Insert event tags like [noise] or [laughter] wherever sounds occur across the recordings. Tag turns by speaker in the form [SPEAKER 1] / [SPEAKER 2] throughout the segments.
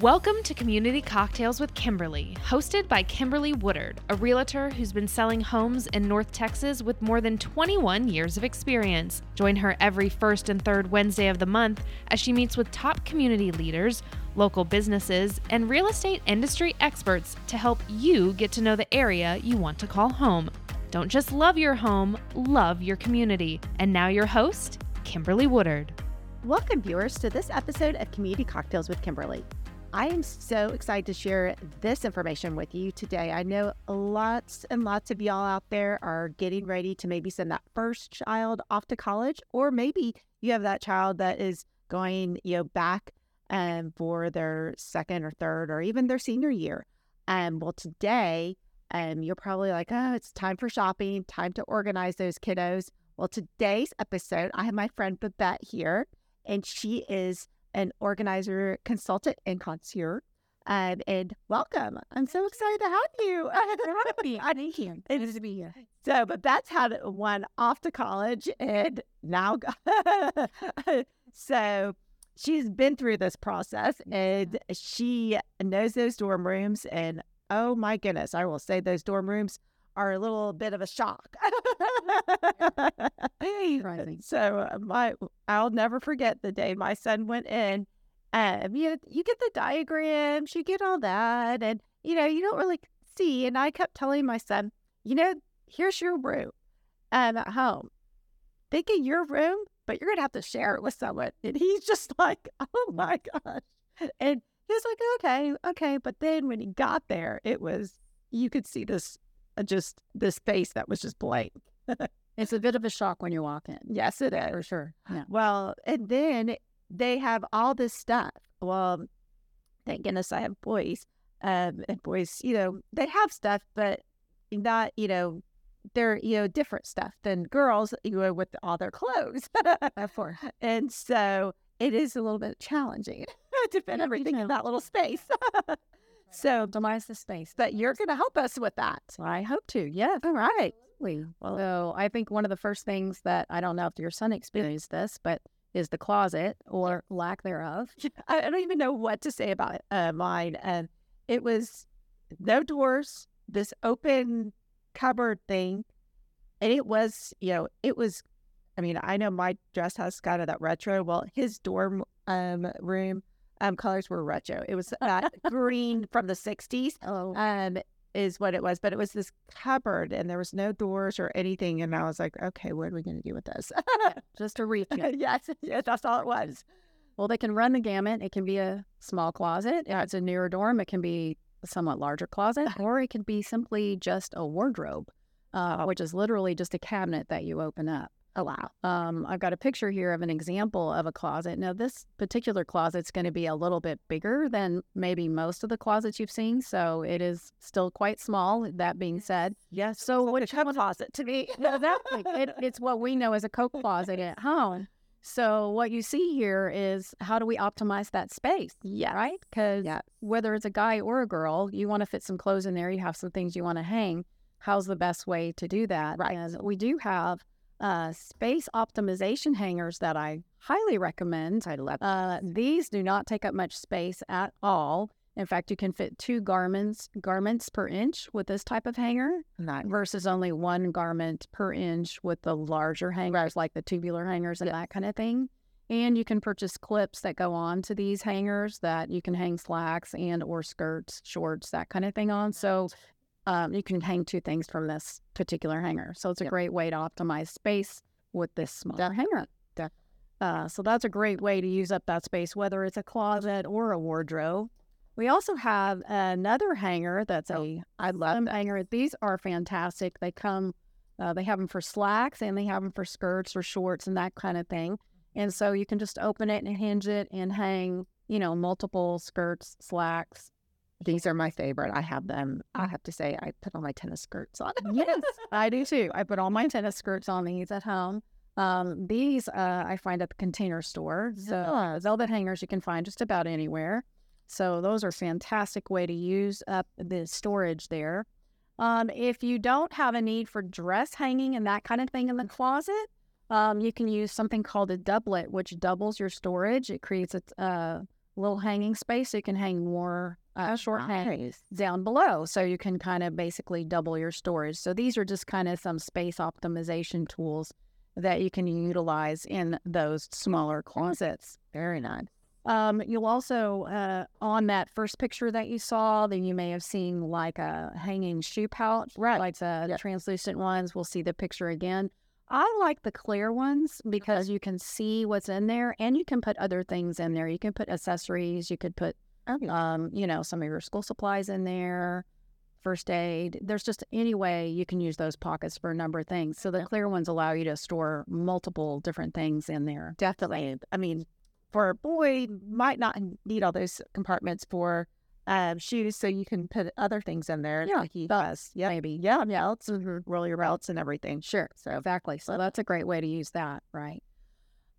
[SPEAKER 1] Welcome to Community Cocktails with Kimberly, hosted by Kimberly Woodard, a realtor who's been selling homes in North Texas with more than 21 years of experience. Join her every first and third Wednesday of the month as she meets with top community leaders, local businesses, and real estate industry experts to help you get to know the area you want to call home. Don't just love your home, love your community. And now, your host, Kimberly Woodard.
[SPEAKER 2] Welcome, viewers, to this episode of Community Cocktails with Kimberly. I am so excited to share this information with you today. I know lots and lots of y'all out there are getting ready to maybe send that first child off to college, or maybe you have that child that is going, you know, back um, for their second or third or even their senior year. Um, well, today, um, you're probably like, oh, it's time for shopping, time to organize those kiddos. Well, today's episode, I have my friend Babette here, and she is an organizer, consultant, and concierge. Um, and welcome. I'm so excited to have you. [laughs]
[SPEAKER 3] happy.
[SPEAKER 2] I-
[SPEAKER 3] Thank you.
[SPEAKER 2] It-
[SPEAKER 3] Nice to be here.
[SPEAKER 2] so, but that's had one off to college and now, [laughs] so she's been through this process and she knows those dorm rooms. And oh my goodness, I will say those dorm rooms are a little bit of a shock. [laughs]
[SPEAKER 3] Surprising.
[SPEAKER 2] So uh, my, I'll never forget the day my son went in. Um, you know, you get the diagrams, you get all that, and you know, you don't really see. And I kept telling my son, you know, here's your room, um, at home. Think of your room, but you're gonna have to share it with someone. And he's just [laughs] like, oh my gosh. And he was like, okay, okay. But then when he got there, it was you could see this, uh, just this face that was just blank. [laughs]
[SPEAKER 3] It's a bit of a shock when you walk in,
[SPEAKER 2] Yes, it is.
[SPEAKER 3] for sure. Yeah.
[SPEAKER 2] Well, and then they have all this stuff. Well, thank goodness I have boys. Um, and boys, you know, they have stuff, but not, you know, they're, you know, different stuff than girls, you know, with all their clothes.
[SPEAKER 3] Of course.
[SPEAKER 2] [laughs] and so it is a little bit challenging [laughs] to fit
[SPEAKER 3] Yeah,
[SPEAKER 2] everything in
[SPEAKER 3] yeah.
[SPEAKER 2] that little space. [laughs] so,
[SPEAKER 3] Optimize the space.
[SPEAKER 2] but you're going to help us with that.
[SPEAKER 3] So I hope to. Yeah.
[SPEAKER 2] All right.
[SPEAKER 3] Absolutely. So I think one of the first things that I don't know if your son experienced this, but is the closet or lack thereof.
[SPEAKER 2] [laughs] I, I don't even know what to say about it, uh, mine. And it was no doors, this open cupboard thing. And it was, you know, it was, I mean, I know my dress house kind of that retro. Well, his dorm um, room um, colors were retro. It was
[SPEAKER 3] [laughs]
[SPEAKER 2] that green from the 60s
[SPEAKER 3] Oh,
[SPEAKER 2] um, is what it was. But it was this cupboard and there was no doors or anything. And I was like, okay, what are we going to do with this? [laughs]
[SPEAKER 3] just a reach.
[SPEAKER 2] yes, [laughs] yes, that's all it was.
[SPEAKER 3] Well, they can run the gamut. It can be a small closet. If it's a newer dorm, it can be a somewhat larger closet, or it can be simply just a wardrobe, uh, which is literally just a cabinet that you open up.
[SPEAKER 2] Oh, wow.
[SPEAKER 3] Um, I've got a picture here of an example of a closet. Now, this particular closet's going to be a little bit bigger than maybe most of the closets you've seen, so it is still quite small. That being said,
[SPEAKER 2] Yes.
[SPEAKER 3] so
[SPEAKER 2] what
[SPEAKER 3] what
[SPEAKER 2] comes closet to
[SPEAKER 3] [laughs]
[SPEAKER 2] me?
[SPEAKER 3] exactly. It, it's what we know as a coat closet at home. So what you see here is how do we optimize that space,
[SPEAKER 2] yeah.
[SPEAKER 3] right? Because
[SPEAKER 2] Yeah.
[SPEAKER 3] whether it's a guy or a girl, you want to fit some clothes in there. You have some things you want to hang. How's the best way to do that?
[SPEAKER 2] Right.
[SPEAKER 3] And we do have uh, space optimization hangers that I highly recommend.
[SPEAKER 2] I love.
[SPEAKER 3] Uh, these do not take up much space at all. In fact, you can fit two garments garments per inch with this type of hanger
[SPEAKER 2] Not
[SPEAKER 3] versus only one garment per inch with the larger hangers, like the tubular hangers and that kind of thing. And you can purchase clips that go on to these hangers that you can hang slacks and or skirts, shorts, that kind of thing on. So um, you can hang two things from this particular hanger. So it's a
[SPEAKER 2] Yep.
[SPEAKER 3] great way to optimize space with this smaller hanger.
[SPEAKER 2] Def-
[SPEAKER 3] Uh, so that's a great way to use up that space, whether it's a closet or a wardrobe. We also have another hanger that's a
[SPEAKER 2] I love
[SPEAKER 3] them hanger. These are fantastic. They come, uh, they have them for slacks and they have them for skirts or shorts and that kind of thing. And so you can just open it and hinge it and hang, you know, multiple skirts, slacks.
[SPEAKER 2] These are my favorite. I have them. I have to say, I put all my tennis skirts on. [laughs]
[SPEAKER 3] Yes, I do too. I put all my tennis skirts on these at home. Um, these uh, I find at the container store. So uh, velvet hangers you can find just about anywhere. So those are fantastic way to use up the storage there. Um, if you don't have a need for dress hanging and that kind of thing in the closet, um, you can use something called a doublet, which doubles your storage. It creates a, uh, little hanging space so you can hang more uh, short hang
[SPEAKER 2] Nice.
[SPEAKER 3] down below. So you can kind of basically double your storage. So these are just kind of some space optimization tools that you can utilize in those smaller closets.
[SPEAKER 2] Very nice.
[SPEAKER 3] Um, you'll also, uh, on that first picture that you saw, then you may have seen like a hanging shoe pouch, right? Like the
[SPEAKER 2] Yeah.
[SPEAKER 3] translucent ones. We'll see the picture again. I like the clear ones because you can see what's in there and you can put other things in there. You can put accessories, you could put,
[SPEAKER 2] Okay.
[SPEAKER 3] um, you know, some of your school supplies in there, first aid. There's just any way you can use those pockets for a number of things. So the clear ones allow you to store multiple different things in there.
[SPEAKER 2] Definitely. I mean, for a boy, might not need all those compartments for um, shoes, so you can put other things in there.
[SPEAKER 3] Yeah,
[SPEAKER 2] like he
[SPEAKER 3] belts,
[SPEAKER 2] does. Yeah,
[SPEAKER 3] maybe.
[SPEAKER 2] Yeah, belts, and roller belts, and everything.
[SPEAKER 3] Sure.
[SPEAKER 2] So
[SPEAKER 3] Exactly. So
[SPEAKER 2] But-
[SPEAKER 3] that's a great way to use that, right?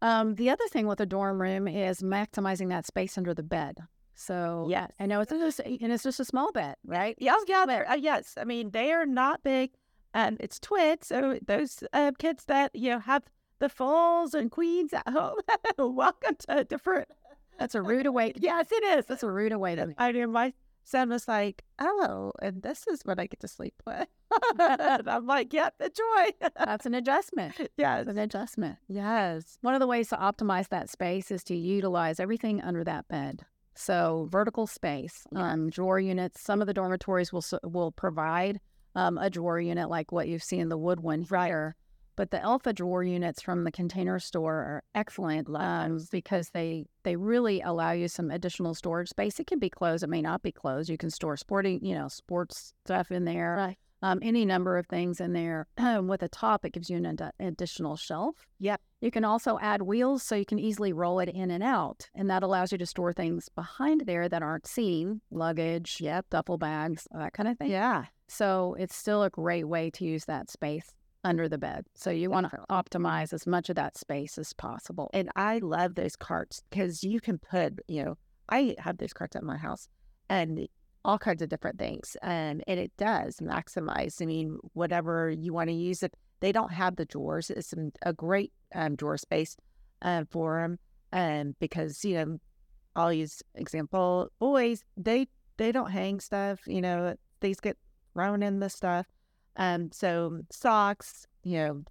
[SPEAKER 3] Um, the other thing with a dorm room is maximizing that space under the bed. So
[SPEAKER 2] Yes.
[SPEAKER 3] I know it's just and it's just a small bed, right?
[SPEAKER 2] Yeah, yeah, they're- uh, yes. I mean, they are not big, and it's twins. So those uh, kids that you know have the foals and queens at [laughs] home, welcome to a different. [laughs]
[SPEAKER 3] That's a rude awakening.
[SPEAKER 2] Yes, it is.
[SPEAKER 3] That's a rude awakening.
[SPEAKER 2] I mean, my son was like, "Oh, and this is what I get to sleep with." [laughs] and I'm like, "Yep, [laughs] enjoy."
[SPEAKER 3] That's an adjustment.
[SPEAKER 2] yes,
[SPEAKER 3] That's an adjustment.
[SPEAKER 2] yes,
[SPEAKER 3] One of the ways to optimize that space is to utilize everything under that bed. So vertical space, um, drawer units. Some of the dormitories will s- will provide um, a drawer unit like what you see in the wood one
[SPEAKER 2] Right.
[SPEAKER 3] here. But the Alpha drawer units from the Container Store are excellent um, because they they really allow you some additional storage space. It can be closed. It may not be closed. You can store sporting, you know, sports stuff in there.
[SPEAKER 2] Right.
[SPEAKER 3] Um, any number of things in there. [clears throat] With a top, it gives you an ad- additional shelf. You can also add wheels so you can easily roll it in and out. And that allows you to store things behind there that aren't seen luggage, yep, duffel bags, that kind of thing.
[SPEAKER 2] yeah,
[SPEAKER 3] So it's still a great way to use that space under the bed. So you want to optimize as much of that space as possible.
[SPEAKER 2] and I love those carts because you can put, you know, I have those carts at my house and all kinds of different things. Um, and it does maximize, I mean, whatever you want to use it. They don't have the drawers. It's an- a great um, drawer space uh, for them um, because, you know, I'll use example boys, they, they don't hang stuff, you know, things get thrown in the stuff. Um, so socks, you know,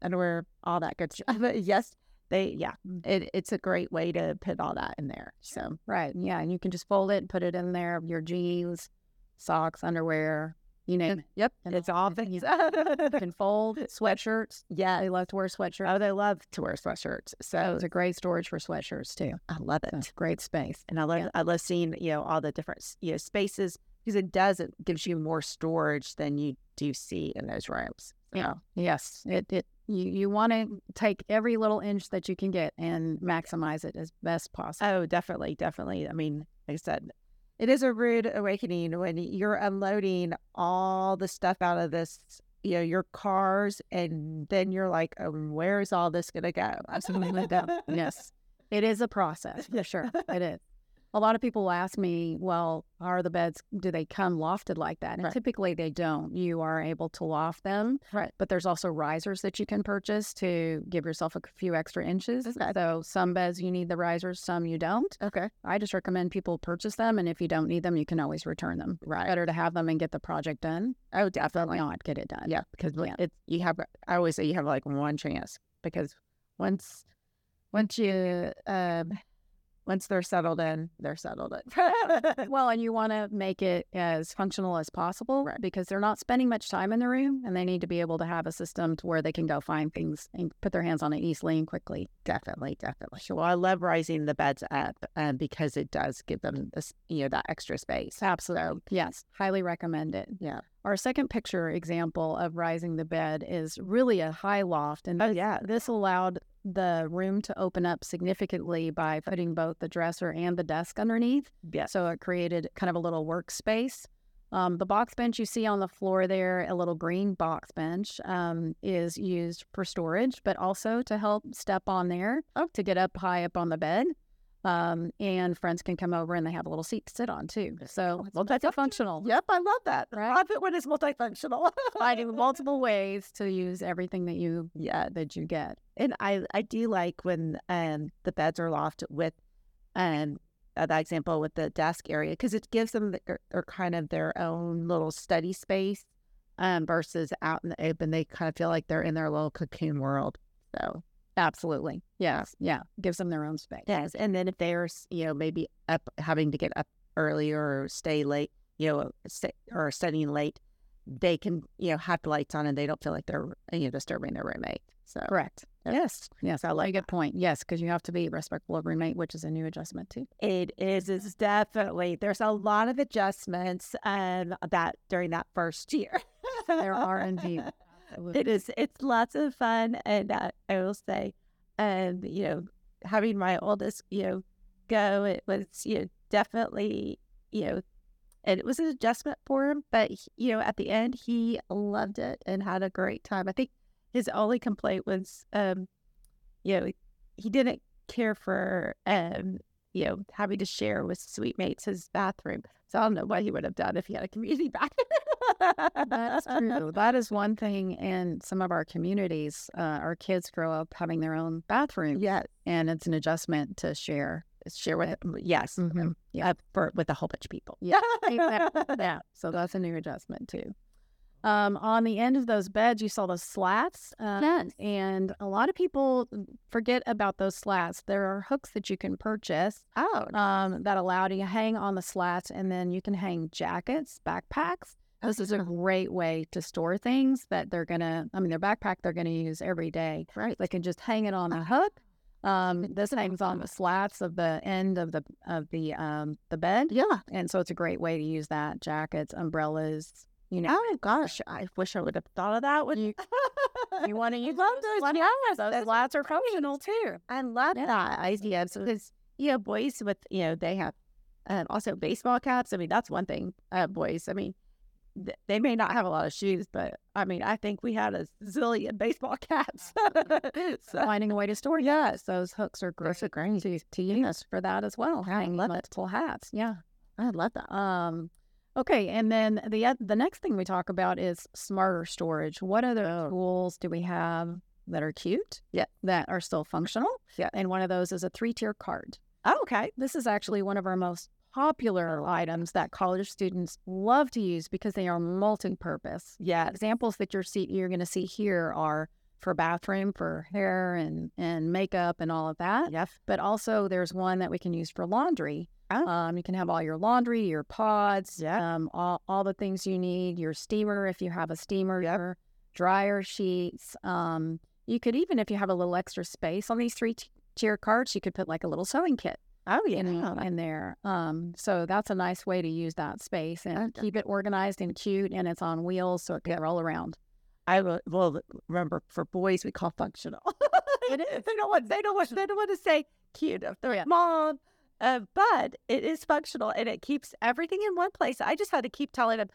[SPEAKER 2] underwear, all that good stuff. [laughs] yes, they yeah
[SPEAKER 3] Mm.
[SPEAKER 2] it, it's a great way to put all that in there so
[SPEAKER 3] Right. Yeah. And you can just fold it, put it in there, your jeans, socks, underwear, you name it.
[SPEAKER 2] yep
[SPEAKER 3] And
[SPEAKER 2] it's
[SPEAKER 3] all-
[SPEAKER 2] all [laughs]
[SPEAKER 3] and-
[SPEAKER 2] things
[SPEAKER 3] You can [laughs] fold sweatshirts.
[SPEAKER 2] yeah
[SPEAKER 3] I love to wear sweatshirts.
[SPEAKER 2] oh they love to wear sweatshirts so
[SPEAKER 3] It's a great storage for sweatshirts too.
[SPEAKER 2] i love
[SPEAKER 3] So
[SPEAKER 2] it
[SPEAKER 3] great space.
[SPEAKER 2] and i love
[SPEAKER 3] yeah.
[SPEAKER 2] i love seeing you know all the different s- you know spaces because it does it gives you more storage than you do see in those rooms
[SPEAKER 3] Yeah. oh, Yes. It it you, you want to take every little inch that you can get and maximize it as best possible.
[SPEAKER 2] oh definitely definitely i mean like i said it is a rude awakening when you're unloading all the stuff out of this you know your cars and then you're like um, where is all this gonna go
[SPEAKER 3] Absolutely.
[SPEAKER 2] [laughs]
[SPEAKER 3] yes. It is a process. Yeah, sure. It is. A lot of people ask me, well, are the beds, do they come lofted like that? And
[SPEAKER 2] Right.
[SPEAKER 3] typically they don't. You are able to loft them,
[SPEAKER 2] Right.
[SPEAKER 3] but there's also risers that you can purchase to give yourself a few extra inches.
[SPEAKER 2] Okay.
[SPEAKER 3] So some beds you need the risers, some you don't.
[SPEAKER 2] okay
[SPEAKER 3] I just recommend people purchase them. And if you don't need them, you can always return them.
[SPEAKER 2] Right.
[SPEAKER 3] Better to have them and get the project done.
[SPEAKER 2] oh
[SPEAKER 3] But
[SPEAKER 2] definitely
[SPEAKER 3] not get it done.
[SPEAKER 2] yeah because like,
[SPEAKER 3] Yeah.
[SPEAKER 2] it's you have i always say you have like one chance because once once you um once they're settled in they're settled in [laughs]
[SPEAKER 3] Well, and you want to make it as functional as possible because they're not spending much time in the room and they need to be able to have a system to where they can go find things and put their hands on it easily and quickly.
[SPEAKER 2] Definitely, definitely. Well, I love rising the beds up um, because it does give them this, you know that extra space. Absolutely.
[SPEAKER 3] Yes, highly recommend it.
[SPEAKER 2] Yeah.
[SPEAKER 3] Our second picture example of rising the bed is really a high loft. And
[SPEAKER 2] Oh yeah.
[SPEAKER 3] this allowed the room to open up significantly by putting both the dresser and the desk underneath.
[SPEAKER 2] Yeah.
[SPEAKER 3] So it created kind of a little workspace. Um, the box bench you see on the floor there, a little green box bench, um, is used for storage, but also to help step on there
[SPEAKER 2] Oh.
[SPEAKER 3] to get up high up on the bed. Um, and friends can come over and they have a little seat to sit on too. So Oh, it's
[SPEAKER 2] Well, that's up to-
[SPEAKER 3] multifunctional.
[SPEAKER 2] Yep, I love that.
[SPEAKER 3] Right?
[SPEAKER 2] Love it when it's
[SPEAKER 3] [laughs]
[SPEAKER 2] multifunctional.
[SPEAKER 3] Finding multiple ways to use everything that you
[SPEAKER 2] yeah,
[SPEAKER 3] that you get.
[SPEAKER 2] and I I do like when um the beds are lofted with, um uh, that example with the desk area because it gives them the, or, or kind of their own little study space um, versus out in the open. They kind of feel like they're in their little cocoon world. So
[SPEAKER 3] Absolutely. Yes. Yeah. Gives them their own space.
[SPEAKER 2] yes, and then if they're s- you know maybe up [laughs] having to get up early or stay late, you know, stay, or studying late, they can you know have lights on and they don't feel like they're you know disturbing their roommate. So
[SPEAKER 3] Correct. Yes. Yes.
[SPEAKER 2] I
[SPEAKER 3] I
[SPEAKER 2] like
[SPEAKER 3] like a good point. Yes, because you have to be respectful of roommate, which is a new adjustment too.
[SPEAKER 2] It is. It's definitely. There's a lot of adjustments um, that during that first year.
[SPEAKER 3] There
[SPEAKER 2] [laughs]
[SPEAKER 3] are indeed. [laughs]
[SPEAKER 2] It is. It's lots of fun, and uh, I will say, um, you know, having my oldest, you know, go, it was, you know, definitely, you know, and it was an adjustment for him. But he- you know, at the end, he loved it and had a great time. I think his only complaint was, um, you know, he didn't care for, um, you know, having to share with sweet mates his bathroom. So I don't know what he would have done if he had a community [laughs] bathroom. [laughs]
[SPEAKER 3] That's true. That is one thing in some of our communities. Uh, our kids grow up having their own bathroom,
[SPEAKER 2] Yeah,
[SPEAKER 3] and it's an adjustment to share.
[SPEAKER 2] share with yes
[SPEAKER 3] Mhm.
[SPEAKER 2] yeah. uh, for with a whole bunch of people
[SPEAKER 3] [laughs] Yeah, yeah.
[SPEAKER 2] [laughs]
[SPEAKER 3] So that's a new adjustment too. Um, on the end of those beds, you saw those slats, uh,
[SPEAKER 2] Yes.
[SPEAKER 3] and a lot of people forget about those slats. There are hooks that you can purchase
[SPEAKER 2] oh
[SPEAKER 3] um, that allow you to hang on the slats, and then you can hang jackets, backpacks. This is a
[SPEAKER 2] Ah.
[SPEAKER 3] great way to store things that they're gonna. I mean, their backpack they're gonna use every day.
[SPEAKER 2] right
[SPEAKER 3] They can just hang it on a hook. Um, this hangs on the slats of the end of the of the um, the bed,
[SPEAKER 2] yeah
[SPEAKER 3] and so it's a great way to use that. Jackets, umbrellas. You know,
[SPEAKER 2] oh gosh i wish i would have thought of that when
[SPEAKER 3] You- you
[SPEAKER 2] [laughs]
[SPEAKER 3] want to use
[SPEAKER 2] love those.
[SPEAKER 3] slats.
[SPEAKER 2] Yes,
[SPEAKER 3] Those
[SPEAKER 2] that's
[SPEAKER 3] slats are functional too.
[SPEAKER 2] i love
[SPEAKER 3] Yeah.
[SPEAKER 2] that idea because you know boys with you know they have um, also baseball caps i mean that's one thing uh, boys i mean th- they may not have a lot of shoes, but I mean, I think we had a zillion baseball [laughs] caps. so,
[SPEAKER 3] Finding a way to store. Yes, those hooks are great
[SPEAKER 2] Those are great.
[SPEAKER 3] to, to use for that as well.
[SPEAKER 2] I
[SPEAKER 3] hanging
[SPEAKER 2] love it.
[SPEAKER 3] multiple hats. Yeah.
[SPEAKER 2] I love that.
[SPEAKER 3] Um, okay, and then the oth- the next thing we talk about is smarter storage. What other tools do we have that are cute?
[SPEAKER 2] Oh. Yeah.
[SPEAKER 3] that are still functional.
[SPEAKER 2] Yeah.
[SPEAKER 3] and one of those is a three tier card.
[SPEAKER 2] Oh, okay.
[SPEAKER 3] This is actually one of our most popular items that college students love to use because they are multi purpose.
[SPEAKER 2] Yeah.
[SPEAKER 3] Examples that you're see you're going to see here are for bathroom, for hair and and makeup and all of that
[SPEAKER 2] Yes.
[SPEAKER 3] but also there's one that we can use for laundry.
[SPEAKER 2] Oh.
[SPEAKER 3] Um, you can have all your laundry, your pods,
[SPEAKER 2] Yeah.
[SPEAKER 3] um, all, all the things you need, your steamer if you have a steamer,
[SPEAKER 2] Yep.
[SPEAKER 3] your dryer sheets. Um, you could even, if you have a little extra space on these three t- tier cards, you could put like a little sewing kit
[SPEAKER 2] Oh, yeah.
[SPEAKER 3] in, in there. Um, so that's a nice way to use that space and
[SPEAKER 2] Okay.
[SPEAKER 3] keep it organized and cute and it's on wheels so it can roll around.
[SPEAKER 2] I will, well remember for boys we call functional. [laughs]
[SPEAKER 3] It
[SPEAKER 2] they don't want they don't want they don't want to say cute if they're
[SPEAKER 3] Oh, Yeah.
[SPEAKER 2] mom, uh, but it is functional and it keeps everything in one place. I just had to keep telling them,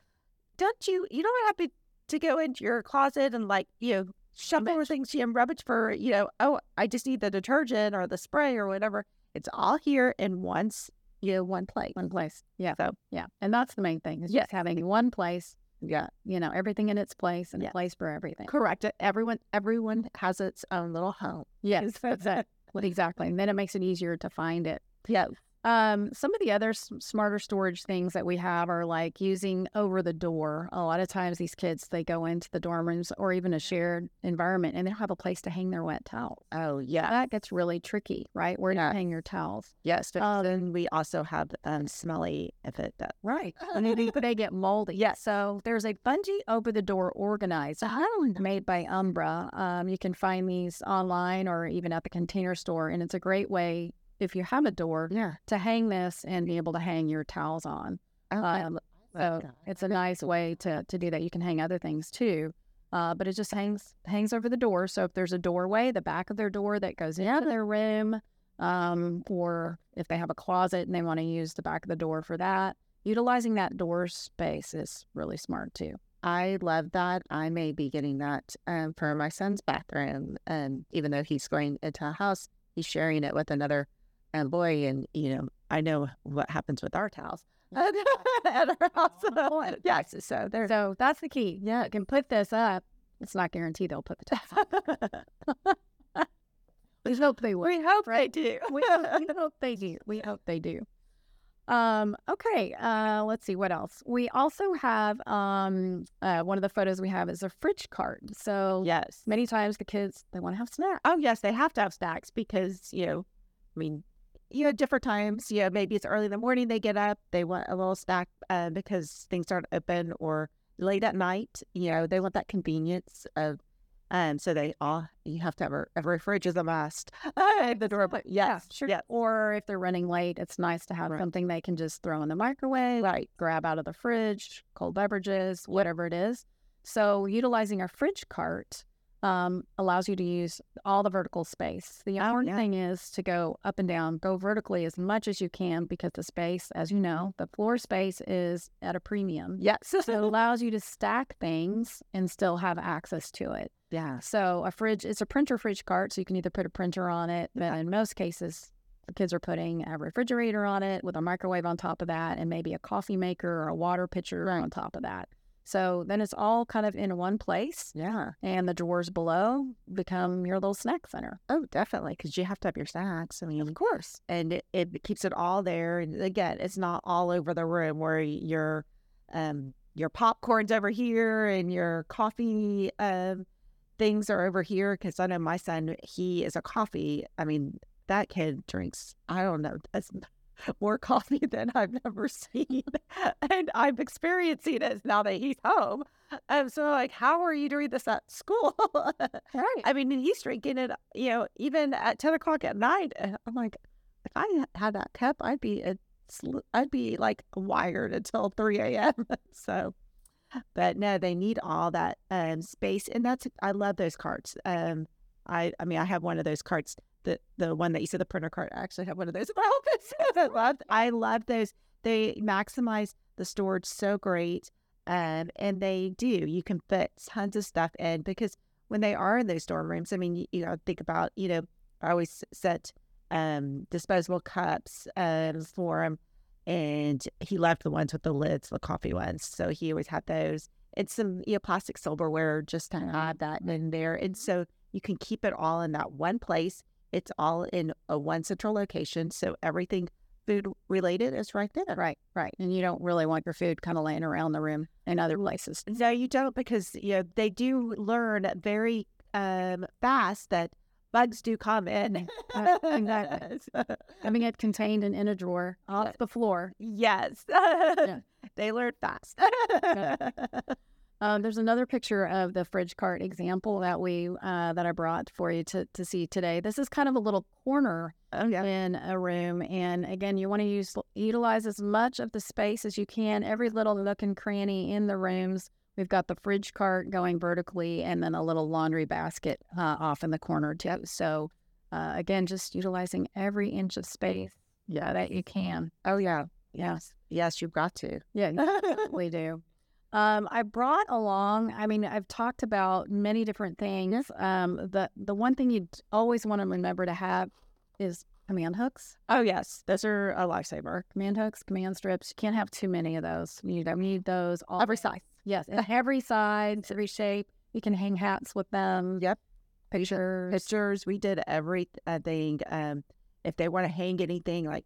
[SPEAKER 2] don't you you don't have to, to go into your closet and like you know shuffle things in rubbish for you know oh I just need the detergent or the spray or whatever. It's all here in one s- you know one place.
[SPEAKER 3] One place. Yeah.
[SPEAKER 2] So
[SPEAKER 3] Yeah. And that's the main thing is
[SPEAKER 2] Yes.
[SPEAKER 3] just having one place
[SPEAKER 2] yeah,
[SPEAKER 3] you know, everything in its place and
[SPEAKER 2] Yeah.
[SPEAKER 3] a place for everything.
[SPEAKER 2] correct. Everyone everyone has its own little home. [laughs]
[SPEAKER 3] Yes,
[SPEAKER 2] Is that-
[SPEAKER 3] exact- exactly. And then it makes it easier to find it.
[SPEAKER 2] Yeah.
[SPEAKER 3] Um, some of the other s- smarter storage things that we have are like using over the door. A lot of times, these kids they go into the dorm rooms or even a
[SPEAKER 2] Mm-hmm.
[SPEAKER 3] shared environment, and they don't have a place to hang their wet towels.
[SPEAKER 2] Oh yeah.
[SPEAKER 3] That gets really tricky, right? Where do
[SPEAKER 2] Yeah.
[SPEAKER 3] you hang your towels?
[SPEAKER 2] Yes, but
[SPEAKER 3] Um,
[SPEAKER 2] then we also have um, smelly if it does.
[SPEAKER 3] Right.
[SPEAKER 2] [laughs]
[SPEAKER 3] And they, they get moldy.
[SPEAKER 2] Yes.
[SPEAKER 3] So there's a bungee over the door organizer made by Umbra. Um, you can find these online or even at the container store. And it's a great way, if you have a door,
[SPEAKER 2] Yeah.
[SPEAKER 3] to hang this and be able to hang your towels on. Um, so it's a nice way to, to do that. You can hang other things too. Uh, but it just hangs hangs over the door. So if there's a doorway, the back of their door that goes into their room, um, or if they have a closet and they want to use the back of the door for that, utilizing that door space is really smart too.
[SPEAKER 2] I love that. I may be getting that um, for my son's bathroom. And even though he's going into a house, he's sharing it with another um, boy. And, you know, I know what happens with our towels [laughs] at
[SPEAKER 3] [laughs]
[SPEAKER 2] our
[SPEAKER 3] Oh,
[SPEAKER 2] house. Yes. So there's.
[SPEAKER 3] So that's the key. Yeah, you can put this up. It's not guaranteed they'll put the towels. up.
[SPEAKER 2] [laughs]
[SPEAKER 3] [laughs] We hope they will.
[SPEAKER 2] we hope they do. [laughs]
[SPEAKER 3] We, we hope they do. We hope they do. Um, okay, uh, let's see what else. We also have um, uh, one of the photos we have is a fridge cart. So
[SPEAKER 2] Yes.
[SPEAKER 3] many times the kids they want to have snacks.
[SPEAKER 2] Oh, yes, they have to have snacks because, you know, I mean, you know, different times, you know, maybe it's early in the morning they get up, they want a little snack uh, because things aren't open or late at night, you know, they want that convenience of, um, so they all, you have to have a, a fridge is a must. [laughs] Uh, the door, but yes,
[SPEAKER 3] sure.
[SPEAKER 2] yes,
[SPEAKER 3] Or if they're running late, it's nice to have
[SPEAKER 2] Right.
[SPEAKER 3] something they can just throw in the microwave,
[SPEAKER 2] right,
[SPEAKER 3] grab out of the fridge, cold beverages, whatever it is. So utilizing a fridge cart um, allows you to use all the vertical space. The important
[SPEAKER 2] Oh, yeah.
[SPEAKER 3] thing is to go up and down, go vertically as much as you can because the space, as you know, the floor space is at a premium.
[SPEAKER 2] yes,
[SPEAKER 3] So it allows you to stack things and still have access to it.
[SPEAKER 2] yes,
[SPEAKER 3] So a fridge, it's a printer fridge cart, so you can either put a printer on it, but
[SPEAKER 2] Okay.
[SPEAKER 3] in most cases, the kids are putting a refrigerator on it with a microwave on top of that, and maybe a coffee maker or a water pitcher
[SPEAKER 2] Right.
[SPEAKER 3] on top of that. So then it's all kind of in one place,
[SPEAKER 2] yeah.
[SPEAKER 3] and the drawers below become your little snack center.
[SPEAKER 2] Oh, definitely, because you have to have your snacks. I mean, of course, and it, it keeps it all there. And again, it's not all over the room where your um your popcorn's over here and your coffee um things are over here. Because I know my son, he is a coffee. I mean, that kid drinks. I don't know. That's [laughs] more coffee than I've ever [laughs] seen, and I'm experiencing it now that he's home. Um, so like, how are you doing this at school? [laughs]
[SPEAKER 3] Right.
[SPEAKER 2] I mean, and he's drinking it, you know, even at ten o'clock at night. And I'm like, if I had that cup, I'd be a, sl- I'd be like wired until three a.m. [laughs] so, but no, they need all that um space, and that's I love those carts. Um, I I mean, I have one of those carts. The, the one that you said the printer cart I actually have one of those in my [laughs] office. I love I love those. They maximize the storage so great, um, and they do. You can fit tons of stuff in because when they are in those dorm rooms. I mean, you, you know, think about, you know, I always set um, disposable cups um, for him. And he loved the ones with the lids, the coffee ones. So he always had those. And some you know, plastic silverware just to
[SPEAKER 3] Mm-hmm.
[SPEAKER 2] have that in there. And so you can keep it all in that one place. It's all in a one central location. So everything food related is right there.
[SPEAKER 3] Right, right. And you don't really want your food kind of laying around the room in other places.
[SPEAKER 2] No, you don't, because you know they do learn very um, fast that bugs do come
[SPEAKER 3] [laughs]
[SPEAKER 2] in.
[SPEAKER 3] Uh, exactly.
[SPEAKER 2] So,
[SPEAKER 3] Having it contained and in a drawer
[SPEAKER 2] Yeah.
[SPEAKER 3] off the floor
[SPEAKER 2] [laughs] yes, [laughs] they learn fast.
[SPEAKER 3] Um, there's another picture of the fridge cart example that we uh, that I brought for you to, to see today. This is kind of a little corner
[SPEAKER 2] oh yeah,
[SPEAKER 3] in a room, and again, you want to use utilize as much of the space as you can. Every little nook and cranny in the rooms. We've got the fridge cart going vertically, and then a little laundry basket uh, off in the corner too. So uh, again, just utilizing every inch of space
[SPEAKER 2] yeah,
[SPEAKER 3] that you can.
[SPEAKER 2] oh yeah,
[SPEAKER 3] Yeah.
[SPEAKER 2] yes, you've got to.
[SPEAKER 3] Yeah,
[SPEAKER 2] [laughs]
[SPEAKER 3] we do. Um, I brought along. I mean, I've talked about many different things. Um, the the one thing you d- always want to remember to have is command hooks,
[SPEAKER 2] oh yes, those are a lifesaver.
[SPEAKER 3] command hooks, command strips. You can't have too many of those. You don't need those. All
[SPEAKER 2] Every size.
[SPEAKER 3] [laughs] Yes, in every size, every shape. You can hang hats with them.
[SPEAKER 2] Yep.
[SPEAKER 3] Pictures.
[SPEAKER 2] Pictures, we did everything. Um, if they want to hang anything, like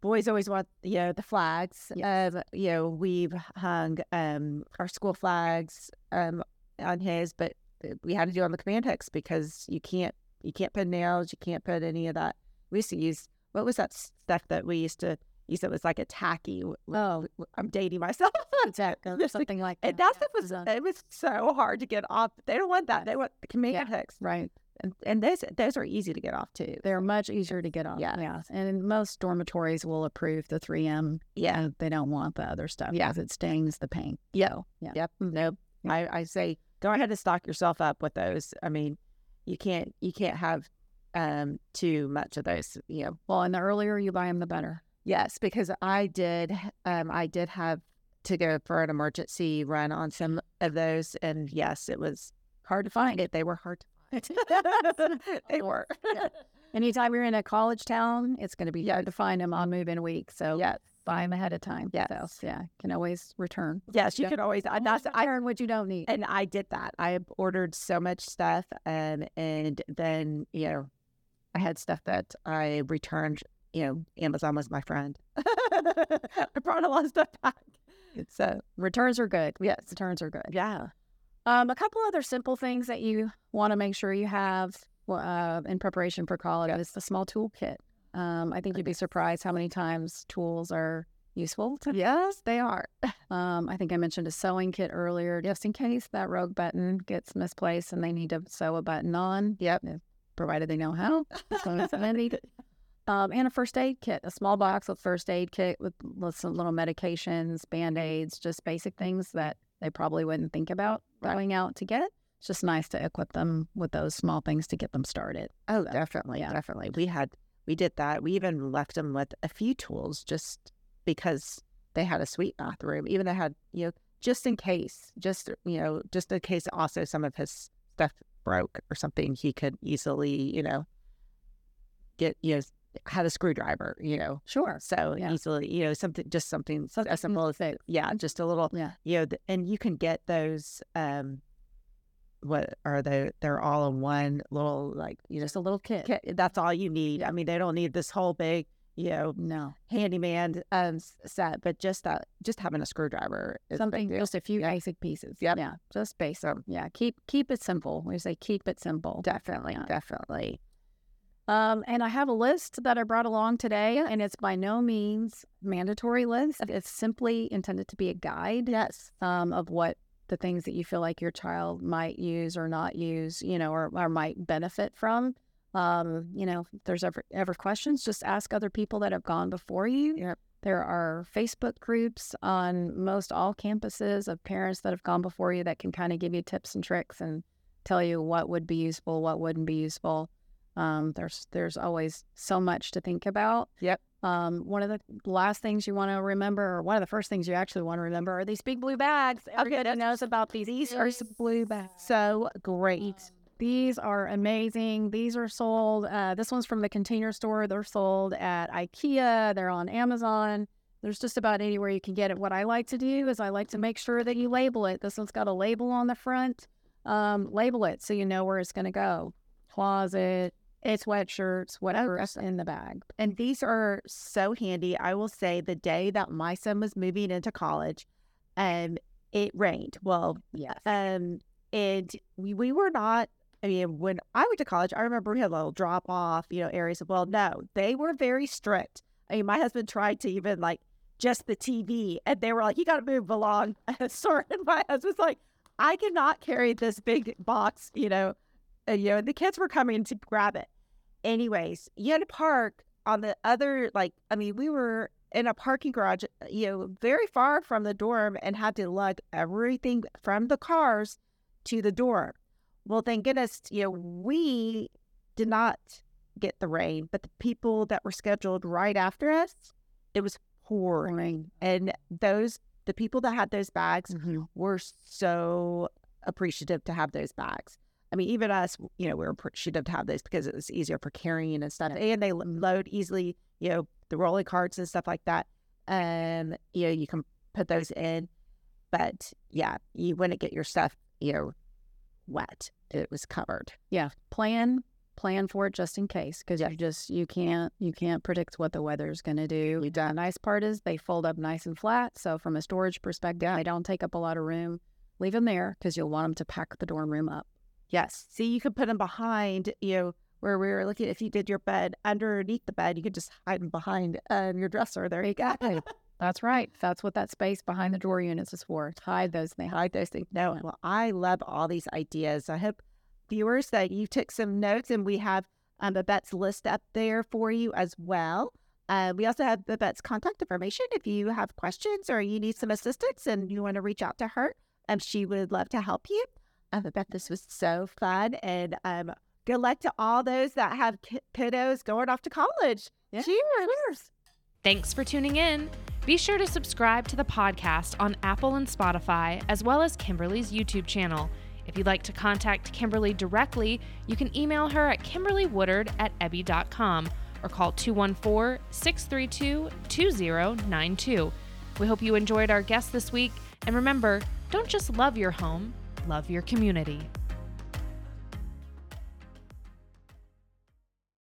[SPEAKER 2] boys always want, you know, the flags. Um, you know, we've hung um our school flags um on his, but uh, we had to do on the command hooks because you can't you can't put nails, you can't put any of that. We used to use what was that stuff that we used to use? It was like a tacky.
[SPEAKER 3] Oh,
[SPEAKER 2] I'm dating
[SPEAKER 3] [laughs]
[SPEAKER 2] myself.
[SPEAKER 3] exactly.
[SPEAKER 2] [laughs] Just like-
[SPEAKER 3] Something like that.
[SPEAKER 2] And that
[SPEAKER 3] Yeah,
[SPEAKER 2] stuff was
[SPEAKER 3] so-
[SPEAKER 2] it was so hard to get off. They don't want that. They want the command
[SPEAKER 3] Yeah.
[SPEAKER 2] hooks
[SPEAKER 3] right.
[SPEAKER 2] and, and those those are easy to get off too.
[SPEAKER 3] They're much easier to get on.
[SPEAKER 2] Yeah.
[SPEAKER 3] And most dormitories will approve the 3M
[SPEAKER 2] Yeah.
[SPEAKER 3] uh, they don't want the other stuff
[SPEAKER 2] Yeah.
[SPEAKER 3] because it stains the paint.
[SPEAKER 2] Yep.
[SPEAKER 3] So, yeah. Mm-hmm.
[SPEAKER 2] Yep. Nope. I, I say go ahead and stock yourself up with those. I mean, you can't you can't have um too much of those. You know.
[SPEAKER 3] Well, and the earlier you buy them, the better.
[SPEAKER 2] Yes, because I did um I did have to go for an emergency run on some of those, and yes, it was hard to find it. They were hard to find. [laughs] they were.
[SPEAKER 3] Yeah. Anytime you're in a college town, it's going to be hard to find them on move in week. So
[SPEAKER 2] Mm-hmm. Yes.
[SPEAKER 3] buy them ahead of time.
[SPEAKER 2] Yes.
[SPEAKER 3] So, yeah. Can always return.
[SPEAKER 2] Yes, you
[SPEAKER 3] Yeah.
[SPEAKER 2] could always. I,
[SPEAKER 3] Always
[SPEAKER 2] that's, I
[SPEAKER 3] return what you don't need.
[SPEAKER 2] and I did that. I ab- ordered so much um, stuff, and and then you know, I had stuff that I returned you know, [laughs] Amazon was my friend. [laughs] I brought a lot of stuff back. So
[SPEAKER 3] Returns are good.
[SPEAKER 2] yes,
[SPEAKER 3] Returns are good.
[SPEAKER 2] yeah,
[SPEAKER 3] Um, a couple other simple things that you want to make sure you have uh, in preparation for college is the small toolkit. Um, I think you'd be surprised how many times tools are useful. [laughs]
[SPEAKER 2] yes, they are.
[SPEAKER 3] Um, I think I mentioned a sewing kit earlier, just in case that rogue button gets misplaced and they need to sew a button on,
[SPEAKER 2] Yep.
[SPEAKER 3] provided they know how. So it's handy. Um, and a first aid kit, a small box with first aid kit with lots of little medications, band aids, just basic things that they probably wouldn't think about going out to get. It's just nice to equip them with those small things to get them started.
[SPEAKER 2] Oh,
[SPEAKER 3] So,
[SPEAKER 2] definitely,
[SPEAKER 3] yeah.
[SPEAKER 2] definitely. We had we did that. We even left them with a few tools just because they had a sweet bathroom. Even I had you know just in case, just you know just in case. Also, some of his stuff broke or something. He could easily you know get you know had a screwdriver. You know,
[SPEAKER 3] Sure.
[SPEAKER 2] so
[SPEAKER 3] Yeah.
[SPEAKER 2] easily you know something just something,
[SPEAKER 3] Something
[SPEAKER 2] as simple as
[SPEAKER 3] fix. Mm-hmm.
[SPEAKER 2] yeah, just a little
[SPEAKER 3] Yeah.
[SPEAKER 2] you know, th- and you can get those. um What are they? They're all in one little like you just
[SPEAKER 3] Just a little kit.
[SPEAKER 2] ca- that's all you need. I mean, they don't need this whole big, you know,
[SPEAKER 3] No.
[SPEAKER 2] handyman um, s- set, but just
[SPEAKER 3] uh,
[SPEAKER 2] that, just having a screwdriver, is a big
[SPEAKER 3] something
[SPEAKER 2] deal.
[SPEAKER 3] just a few basic pieces
[SPEAKER 2] Yep.
[SPEAKER 3] yeah just basic yeah keep keep it simple we say keep it simple
[SPEAKER 2] Definitely,
[SPEAKER 3] Yeah.
[SPEAKER 2] definitely.
[SPEAKER 3] um and i have a list that i brought along today and it's by no means mandatory list it's simply intended to be a guide yes um of what the things that you feel like your child might use or not use you know or, or might benefit from um you know if there's ever ever questions just ask other people that have gone before you
[SPEAKER 2] Yep.
[SPEAKER 3] there are Facebook groups on most all campuses of parents that have gone before you that can kind of give you tips and tricks and tell you what would be useful, what wouldn't be useful. Um, there's there's always so much to think about.
[SPEAKER 2] Yep.
[SPEAKER 3] Um, one of the last things you want to remember, or one of the first things you actually want to remember, are these big blue bags. Everybody
[SPEAKER 2] that's-
[SPEAKER 3] knows about these. These are some blue bags.
[SPEAKER 2] So great.
[SPEAKER 3] These are amazing. These are sold. Uh, this one's from the container store. They're sold at IKEA. They're on Amazon. There's just about anywhere you can get it. What I like to do is I like to make sure that you label it. This one's got a label on the front. Um, label it so you know where it's going to go. Closet, sweatshirts, whatever's in the bag.
[SPEAKER 2] Oh, And these are so handy. I will say the day that my son was moving into college, um, it rained. Well,
[SPEAKER 3] Yes.
[SPEAKER 2] Um, and we, we were not, I mean, when I went to college, I remember we had a little drop off, you know, areas of, well, no, they were very strict. I mean, my husband tried to even like just the TV and they were like, you got to move along. [laughs] Sorry. And my husband's like, I cannot carry this big box, you know, and, you know, and the kids were coming to grab it. Anyways, you had to park on the other, like, I mean, we were in a parking garage, uh, you know, very far from the dorm and had to lug everything from the cars to the dorm. Well, thank goodness, you know, we did not get the rain, but the people that were scheduled right after us, it was pouring.
[SPEAKER 3] Boring.
[SPEAKER 2] And those, the people that had those bags we're so appreciative to have those bags. I mean, even us, you know, we're appreciative to have those because it was easier for carrying and stuff. And they lo- load easily, you know, the rolling carts and stuff like that. Um, you know, you can put those in. But yeah, you wouldn't get your stuff, you know, wet. It was covered.
[SPEAKER 3] yeah plan plan for it just in case because you just you can't you can't predict what the weather is going to do the nice part is they fold up nice and flat so from a storage perspective they don't take up a lot of room leave them there because you'll want them to pack the dorm room up
[SPEAKER 2] Yes. See, you could put them behind, you know, where we were looking, if you did your bed underneath the bed, you could just hide them behind um, your dresser. There you go.
[SPEAKER 3] that's right that's what that space behind the door units is for to hide those things
[SPEAKER 2] hide those things. No, well, I love all these ideas. I hope viewers that you took some notes, and we have um, Babette's list up there for you as well. Uh, we also have Babette's contact information if you have questions or you need some assistance and you want to reach out to her. Um, she would love to help you. Um, Babette, this was so fun, and um, good luck to all those that have ki- kiddos going off to college.
[SPEAKER 3] Yeah.
[SPEAKER 2] Cheers!
[SPEAKER 1] Thanks for tuning in. Be sure to subscribe to the podcast on Apple and Spotify, as well as Kimberly's YouTube channel. If you'd like to contact Kimberly directly, you can email her at kimberlywoodard at ebby.com or call 214 632 2092. We hope you enjoyed our guest this week, and remember don't just love your home, love your community.